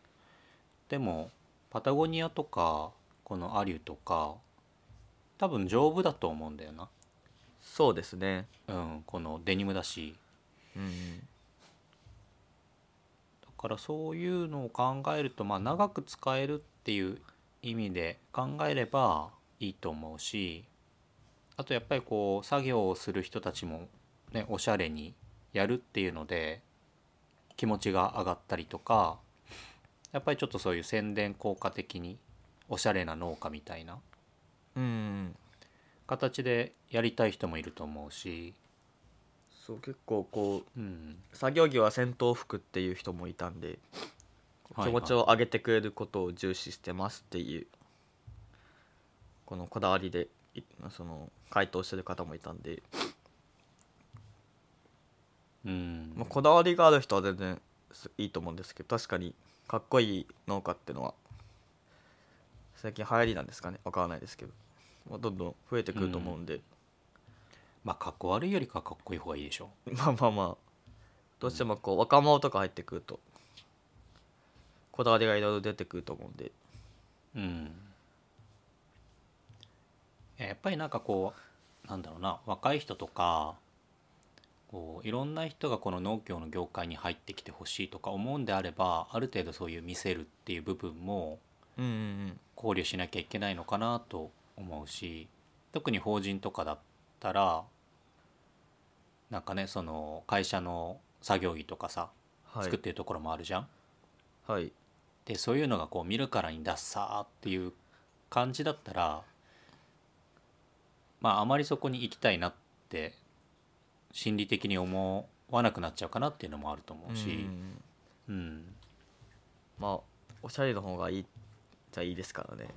Speaker 1: でもパタゴニアとかこのアリュとか多分丈夫だと思うんだよな、
Speaker 2: そうですね
Speaker 1: うん、このデニムだし
Speaker 2: うん
Speaker 1: だからそういうのを考えると、まあ、長く使えるっていう意味で考えればいいと思うしあとやっぱりこう作業をする人たちも、ね、おしゃれにやるっていうので気持ちが上がったりとかやっぱりちょっとそういう宣伝効果的におしゃれな農家みたいな
Speaker 2: うん
Speaker 1: 形でやりたい人もいると思うし、
Speaker 2: そう結構こう
Speaker 1: うん、
Speaker 2: 作業着は戦闘服っていう人もいたんで
Speaker 1: はい
Speaker 2: 気持ちを上げてくれることを重視してますっていうこのこだわりでいその回答してる方もいたんで、
Speaker 1: うん
Speaker 2: まあ、こだわりがある人は全然すいいと思うんですけど確かにかっこいい農家ってのは最近流行りなんですかねわからないですけど、まあ、どんどん増えてくると思うんで、
Speaker 1: まあかっこ悪いよりかはかっこいい方がいいでしょ
Speaker 2: まあまあまあどうしてもこう若者とか入ってくるとこだわりがいろいろ出てくると思うんで
Speaker 1: うん、いややっぱりなんかこうなんだろうな若い人とかこういろんな人がこの農業の業界に入ってきてほしいとか思うんであればある程度そういう見せるっていう部分も
Speaker 2: うんうんうん
Speaker 1: 考慮しなきゃいけないのかなと思うし特に法人とかだったらなんかねその会社の作業着とかさ
Speaker 2: はい
Speaker 1: 作ってるところもあるじゃん。
Speaker 2: はい
Speaker 1: でそういうのがこう見るからにダッサーっていう感じだったらまああまりそこに行きたいなって心理的に思わなくなっちゃうかなっていうのもあると思う
Speaker 2: うんうんう
Speaker 1: し、
Speaker 2: ん
Speaker 1: うん
Speaker 2: まあおしゃれの方がいいじゃいいですからね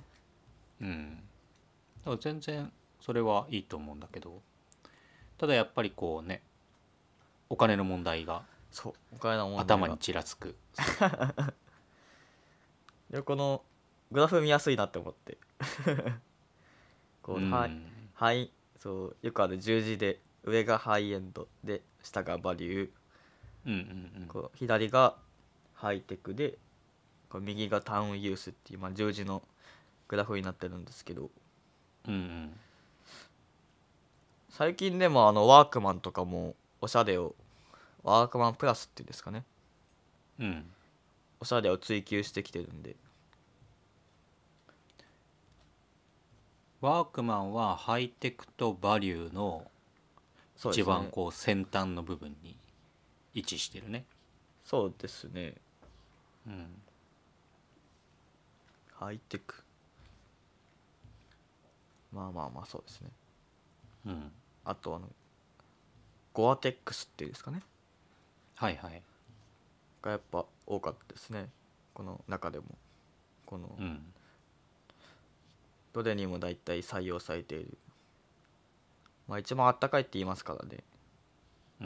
Speaker 1: うんだから全然それはいいと思うんだけどただやっぱりこうねお金の問題が
Speaker 2: そうお金の問題が
Speaker 1: 頭にちらつく
Speaker 2: でこのグラフ見やすいなって思って こう、
Speaker 1: うん
Speaker 2: はいはいそうよくある十字で上がハイエンドで下がバリュー
Speaker 1: うんうんうん
Speaker 2: こう左がハイテクでこう右がタウンユースっていう、まあ、十字のグラフになってるんですけど
Speaker 1: うんうん
Speaker 2: 最近でもあのワークマンとかもおしゃれをワークマンプラスっていうんですかね
Speaker 1: うん
Speaker 2: おしゃれを追求してきてるんで
Speaker 1: ワークマンはハイテクとバリューの
Speaker 2: そうで
Speaker 1: 一
Speaker 2: すね
Speaker 1: 番こう先端の部分に位置してるね、
Speaker 2: そうですね
Speaker 1: うん、
Speaker 2: ハイテクまあまあまあそうですね
Speaker 1: うん、
Speaker 2: あとあのゴアテックスっていうんですかね
Speaker 1: はいはい、
Speaker 2: がやっぱ多かったですねこの中でもこの
Speaker 1: うん、
Speaker 2: どれにも大体採用されているまあ一番あったかいって言いますからね
Speaker 1: う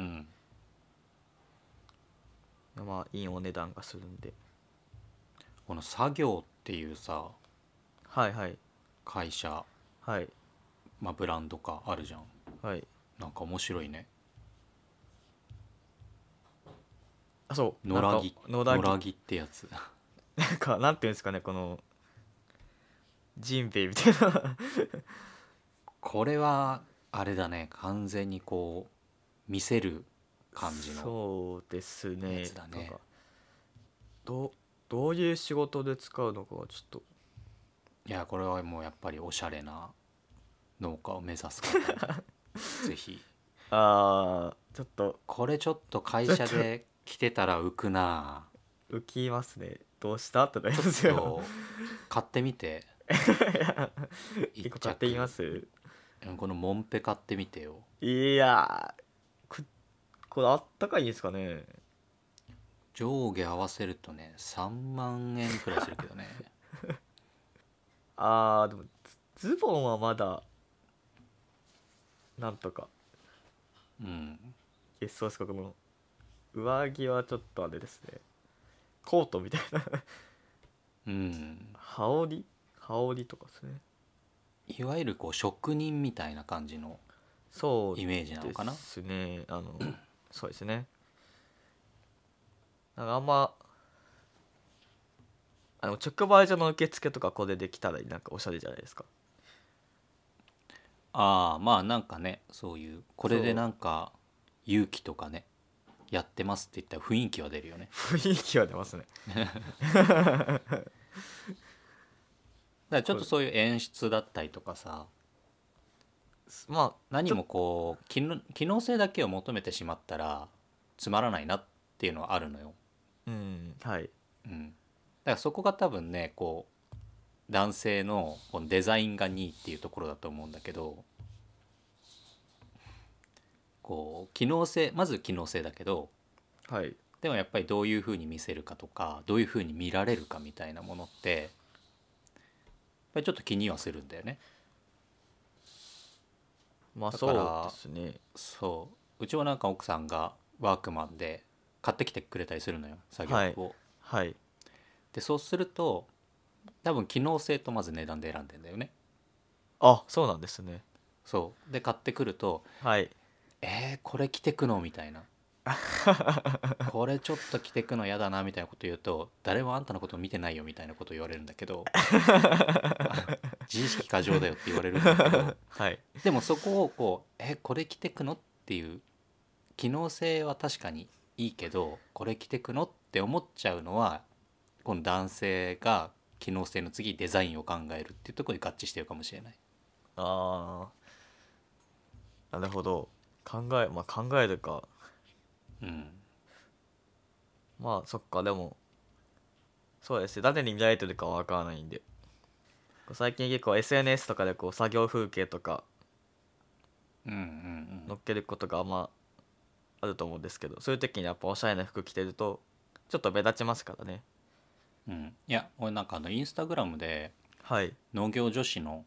Speaker 1: ん、
Speaker 2: まあいいお値段がするんで
Speaker 1: この作業っていうさ
Speaker 2: はいはい
Speaker 1: 会社、
Speaker 2: はい
Speaker 1: まあ、ブランドかあるじゃん
Speaker 2: はい
Speaker 1: なんか面白いね
Speaker 2: あそう
Speaker 1: 野良着
Speaker 2: なんか野良着
Speaker 1: ってやつ
Speaker 2: なんかなんていうんですかねこのジンベイみたいな
Speaker 1: これはあれだね完全にこう見せる感じの
Speaker 2: そうですね
Speaker 1: やつだね
Speaker 2: なんかどうどういう仕事で使うのかはちょっと
Speaker 1: いやこれはもうやっぱりおしゃれな農家を目指す方にぜひ
Speaker 2: あーちょっと
Speaker 1: これちょっと会社で着てたら浮くな
Speaker 2: 浮きますねどうしたってなります
Speaker 1: ち
Speaker 2: よ
Speaker 1: ょっと買ってみて
Speaker 2: 一個買ってみます
Speaker 1: 一着このモンペ買ってみてよ
Speaker 2: いやーここれあったかいんですかね
Speaker 1: 上下合わせるとね3万円くらいするけど ね
Speaker 2: あーでもズズボンはまだなんとか
Speaker 1: うん
Speaker 2: えそうですかこの上着はちょっとあれですねコートみたいな
Speaker 1: うん
Speaker 2: 羽織羽織とかですね
Speaker 1: いわゆるこう職人みたいな感じの
Speaker 2: そう
Speaker 1: イメージなのかな
Speaker 2: ですねあのそうですねなんかあんまあの直売所の受付とかこれできたらなんかおしゃれじゃないですか
Speaker 1: ああまあなんかねそういうこれでなんか勇気とかねやってますって言ったら雰囲気は出るよね
Speaker 2: 雰囲気は出ますね
Speaker 1: だからちょっとそういう演出だったりとかさ
Speaker 2: まあ
Speaker 1: 何もこう機能機能性だけを求めてしまったらつまらないなっていうのはあるのよ、
Speaker 2: うんはい
Speaker 1: うん、だからそこが多分ねこう男性のこのデザインが2位っていうところだと思うんだけどこう機能性まず機能性だけど
Speaker 2: はい
Speaker 1: でもやっぱりどういうふうに見せるかとかどういうふうに見られるかみたいなものってやっぱりちょっと気にはするんだよね。
Speaker 2: まあ
Speaker 1: だ
Speaker 2: そ
Speaker 1: から
Speaker 2: うですね
Speaker 1: そううちもなんか奥さんがワークマンで買ってきてくれたりするのよ作業服を。
Speaker 2: はい
Speaker 1: でそうすると多分機能性とまず値段で選んでんだよね。
Speaker 2: あそうなんですね
Speaker 1: そうで買ってくると
Speaker 2: はい
Speaker 1: 「えー、これ着てくの?」み たいな「これちょっと着てくの嫌だな」みたいなこと言うと「誰もあんたのこと見てないよ」みたいなこと言われるんだけ ど自意識過剰だよって言われるんだけど
Speaker 2: はい
Speaker 1: でもそこをこう「えこれ着てくの?」っていう機能性は確かにいいけどこれ着てくのって思っちゃうのはこの男性が機能性の次デザインを考えるっていうところに合致してるかもしれない。
Speaker 2: ああなるほど考えまあ考えるか
Speaker 1: うん、
Speaker 2: まあそっかでもそうですね誰に見られてるかは分からないんで最近結構 SNS とかでこう作業風景とか
Speaker 1: うんうんうん
Speaker 2: 載っけることがまああると思うんですけどそういう時にやっぱおしゃれな服着てるとちょっと目立ちますからね
Speaker 1: うん、いや俺なんかあのインスタグラムで
Speaker 2: はい
Speaker 1: 農業女子の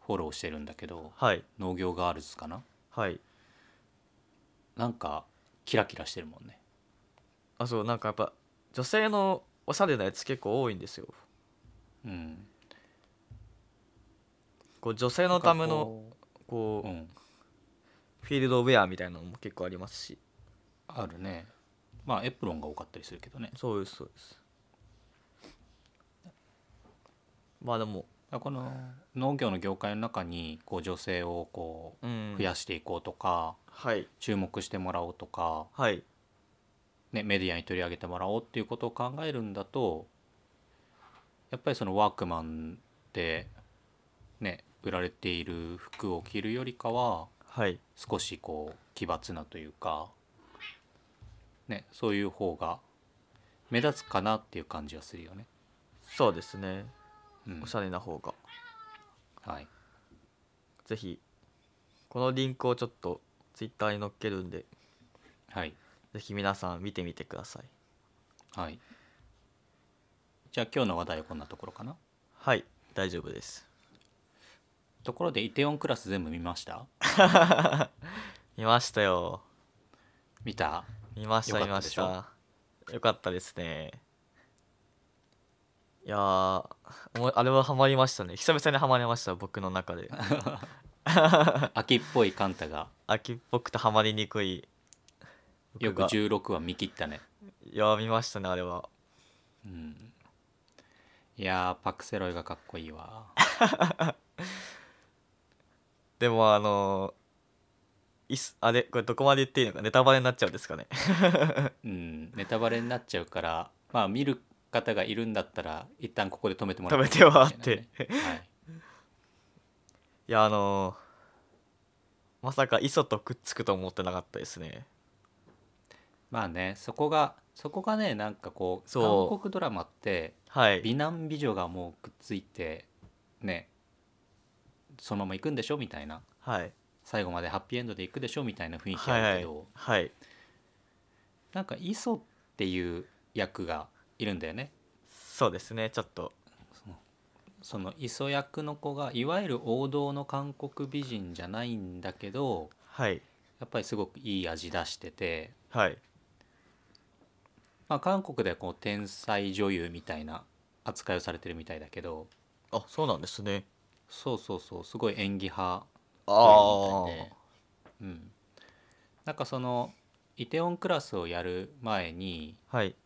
Speaker 1: フォローしてるんだけど
Speaker 2: はい
Speaker 1: 農業ガールズかな
Speaker 2: はい
Speaker 1: なんかキラキラしてるもんね
Speaker 2: あそうなんかやっぱ女性のおしゃれなやつ結構多いんですよ
Speaker 1: うん
Speaker 2: こう女性のためのこ
Speaker 1: う
Speaker 2: うんフィールドウェアみたいなのも結構ありますし
Speaker 1: あるねまあエプロンが多かったりするけどね
Speaker 2: そうですそうですまあでも
Speaker 1: この農業の業界の中にこう女性をこ
Speaker 2: うん
Speaker 1: う増やしていこうとか
Speaker 2: はい
Speaker 1: 注目してもらおうとか、
Speaker 2: はい
Speaker 1: ね、メディアに取り上げてもらおうっていうことを考えるんだとやっぱりそのワークマンでね売られている服を着るよりかは
Speaker 2: はい
Speaker 1: 少しこう奇抜なというか、ね、そういう方が目立つかなっていう感じはするよね。
Speaker 2: そうですね
Speaker 1: うん
Speaker 2: おしゃれな方が
Speaker 1: はい
Speaker 2: ぜひこのリンクをちょっとツイッターに載っけるんで
Speaker 1: はい
Speaker 2: ぜひ皆さん見てみてください
Speaker 1: はいじゃあ今日の話題はこんなところかな
Speaker 2: はい大丈夫です
Speaker 1: ところでイテオンクラス全部見ました
Speaker 2: 見ましたよ
Speaker 1: 見た
Speaker 2: 見ました
Speaker 1: よ
Speaker 2: 見
Speaker 1: かった
Speaker 2: ま
Speaker 1: で
Speaker 2: し
Speaker 1: しょ
Speaker 2: たよかったですねいやーおもあれはハマりましたね久々にハマりました僕の中で
Speaker 1: 秋っぽいカンタが
Speaker 2: 秋っぽくてハマりにくい僕
Speaker 1: よく
Speaker 2: が
Speaker 1: 16話見切ったね
Speaker 2: いやー見ましたねあれは
Speaker 1: うんいやーパクセロイがかっこいいわ
Speaker 2: でもあのーいすあれこれどこまで言っていいのかネタバレになっちゃうんですかね
Speaker 1: うんネタバレになっちゃうからまあ見る方がいるんだったら一旦ここで止めてもら
Speaker 2: 食
Speaker 1: う
Speaker 2: べてはあっ
Speaker 1: みたいな
Speaker 2: て
Speaker 1: ねはい
Speaker 2: いやあのーまさか磯とくっつくと思ってなかったですね
Speaker 1: まあねそこがそこがねなんかこう
Speaker 2: そう
Speaker 1: 韓国ドラマって
Speaker 2: はい
Speaker 1: 美男美女がもうくっついてねそのまま行くんでしょみたいな
Speaker 2: はい
Speaker 1: 最後までハッピーエンドで行くでしょみたいな雰囲気
Speaker 2: はい
Speaker 1: あ
Speaker 2: は
Speaker 1: るけ
Speaker 2: い
Speaker 1: ど、
Speaker 2: はい
Speaker 1: なんか磯っていう役がいるんだよね
Speaker 2: そうですねちょっと
Speaker 1: その磯役の子がいわゆる王道の韓国美人じゃないんだけど
Speaker 2: はい
Speaker 1: やっぱりすごくいい味出してて、
Speaker 2: はい
Speaker 1: まあ、韓国ではこう天才女優みたいな扱いをされてるみたいだけど
Speaker 2: あそうなんですね
Speaker 1: そうそうそうすごい演技派
Speaker 2: ああ
Speaker 1: 女優みたいでうん、なんかそのイテオンクラスをやる前に
Speaker 2: はい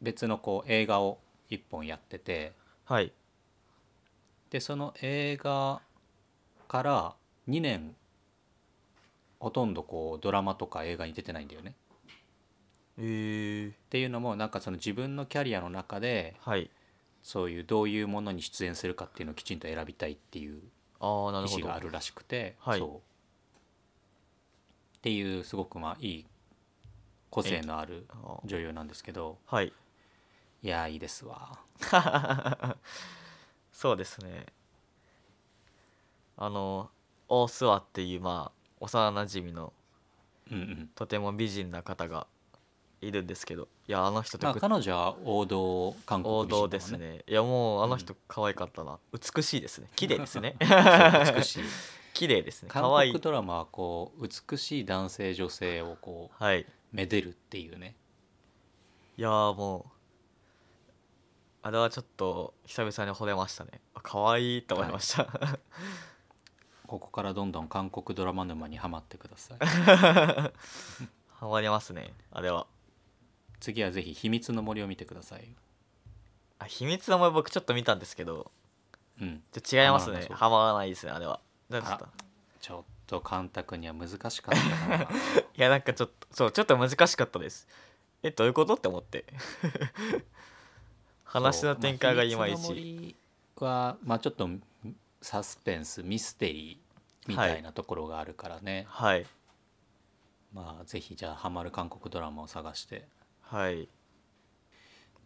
Speaker 1: 別のこう映画を一本やってて
Speaker 2: はい
Speaker 1: でその映画から2年ほとんどこうドラマとか映画に出てないんだよね。
Speaker 2: え
Speaker 1: っ
Speaker 2: ー、
Speaker 1: ていうのもなんかその自分のキャリアの中で
Speaker 2: はい
Speaker 1: そういうどういうものに出演するかっていうのをきちんと選びたいっていう
Speaker 2: ああなる
Speaker 1: 意
Speaker 2: ほ
Speaker 1: 思があ
Speaker 2: ど
Speaker 1: るらしくて、
Speaker 2: はい
Speaker 1: そうっていうすごくまあいい個性のある
Speaker 2: あー
Speaker 1: 女優なんですけど
Speaker 2: はい
Speaker 1: いやーいいですわ
Speaker 2: そうですねあのオースワっていうまあ幼馴染の
Speaker 1: うんうん
Speaker 2: とても美人な方がいるんですけどいやあの人と
Speaker 1: まあ
Speaker 2: くっ
Speaker 1: 彼女は王道韓国
Speaker 2: 王
Speaker 1: 美人だも
Speaker 2: 道
Speaker 1: ん
Speaker 2: ですねいやもうあの人可愛かったな、美しいですね綺麗で す ね
Speaker 1: そう美しい
Speaker 2: 綺麗です ね
Speaker 1: 韓
Speaker 2: 可愛
Speaker 1: 国
Speaker 2: い
Speaker 1: ドラマはこう美しい男性女性をこう
Speaker 2: はい
Speaker 1: めでるっていうね
Speaker 2: いやーもうあれはちょっと久々に惚れましたねあ可愛いと思いました、
Speaker 1: ここからどんどん韓国ドラマ沼にはまってくだ さい
Speaker 2: ハマりますねあれは
Speaker 1: 次はぜひ「秘密の森」を見てくださいよ
Speaker 2: あ秘密の森僕ちょっと見たんですけど
Speaker 1: うん
Speaker 2: ちょ違いますね
Speaker 1: ハ
Speaker 2: ハマらないですねあれはなんかちょっと
Speaker 1: あちょっと簡単には難しかったかな
Speaker 2: いやなんかちょっとそうちょっと難しかったですえどういうことって思って 話の展開がいまい
Speaker 1: そうまあ秘密
Speaker 2: ち
Speaker 1: の森はまあちょっとサスペンスミステリーみたいなところがあるからね、
Speaker 2: はい
Speaker 1: まあぜひじゃあハマる韓国ドラマを探して
Speaker 2: はい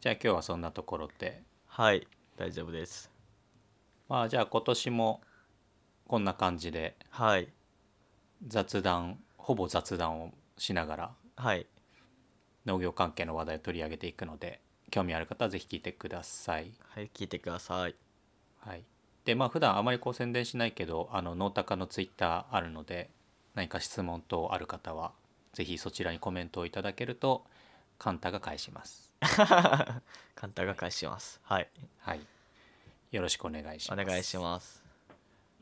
Speaker 1: じゃあ今日はそんなところで
Speaker 2: はい大丈夫です
Speaker 1: まあじゃあ今年もこんな感じで
Speaker 2: はい
Speaker 1: 雑談ほぼ雑談をしながら
Speaker 2: はい
Speaker 1: 農業関係の話題を取り上げていくので興味ある方はぜひ聞いてください。
Speaker 2: はい聞いてください
Speaker 1: はい、でまあ普段あまりこう宣伝しないけどあの農高のツイッターあるので何か質問等ある方はぜひそちらにコメントをいただけるとカンタが返します。
Speaker 2: 簡単が返しますはい
Speaker 1: はい、よろしくお願いし
Speaker 2: お
Speaker 1: ます。
Speaker 2: 願いします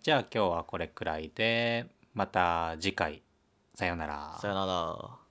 Speaker 1: じゃあ今日はこれくらいでまた次回さようなら
Speaker 2: さよなら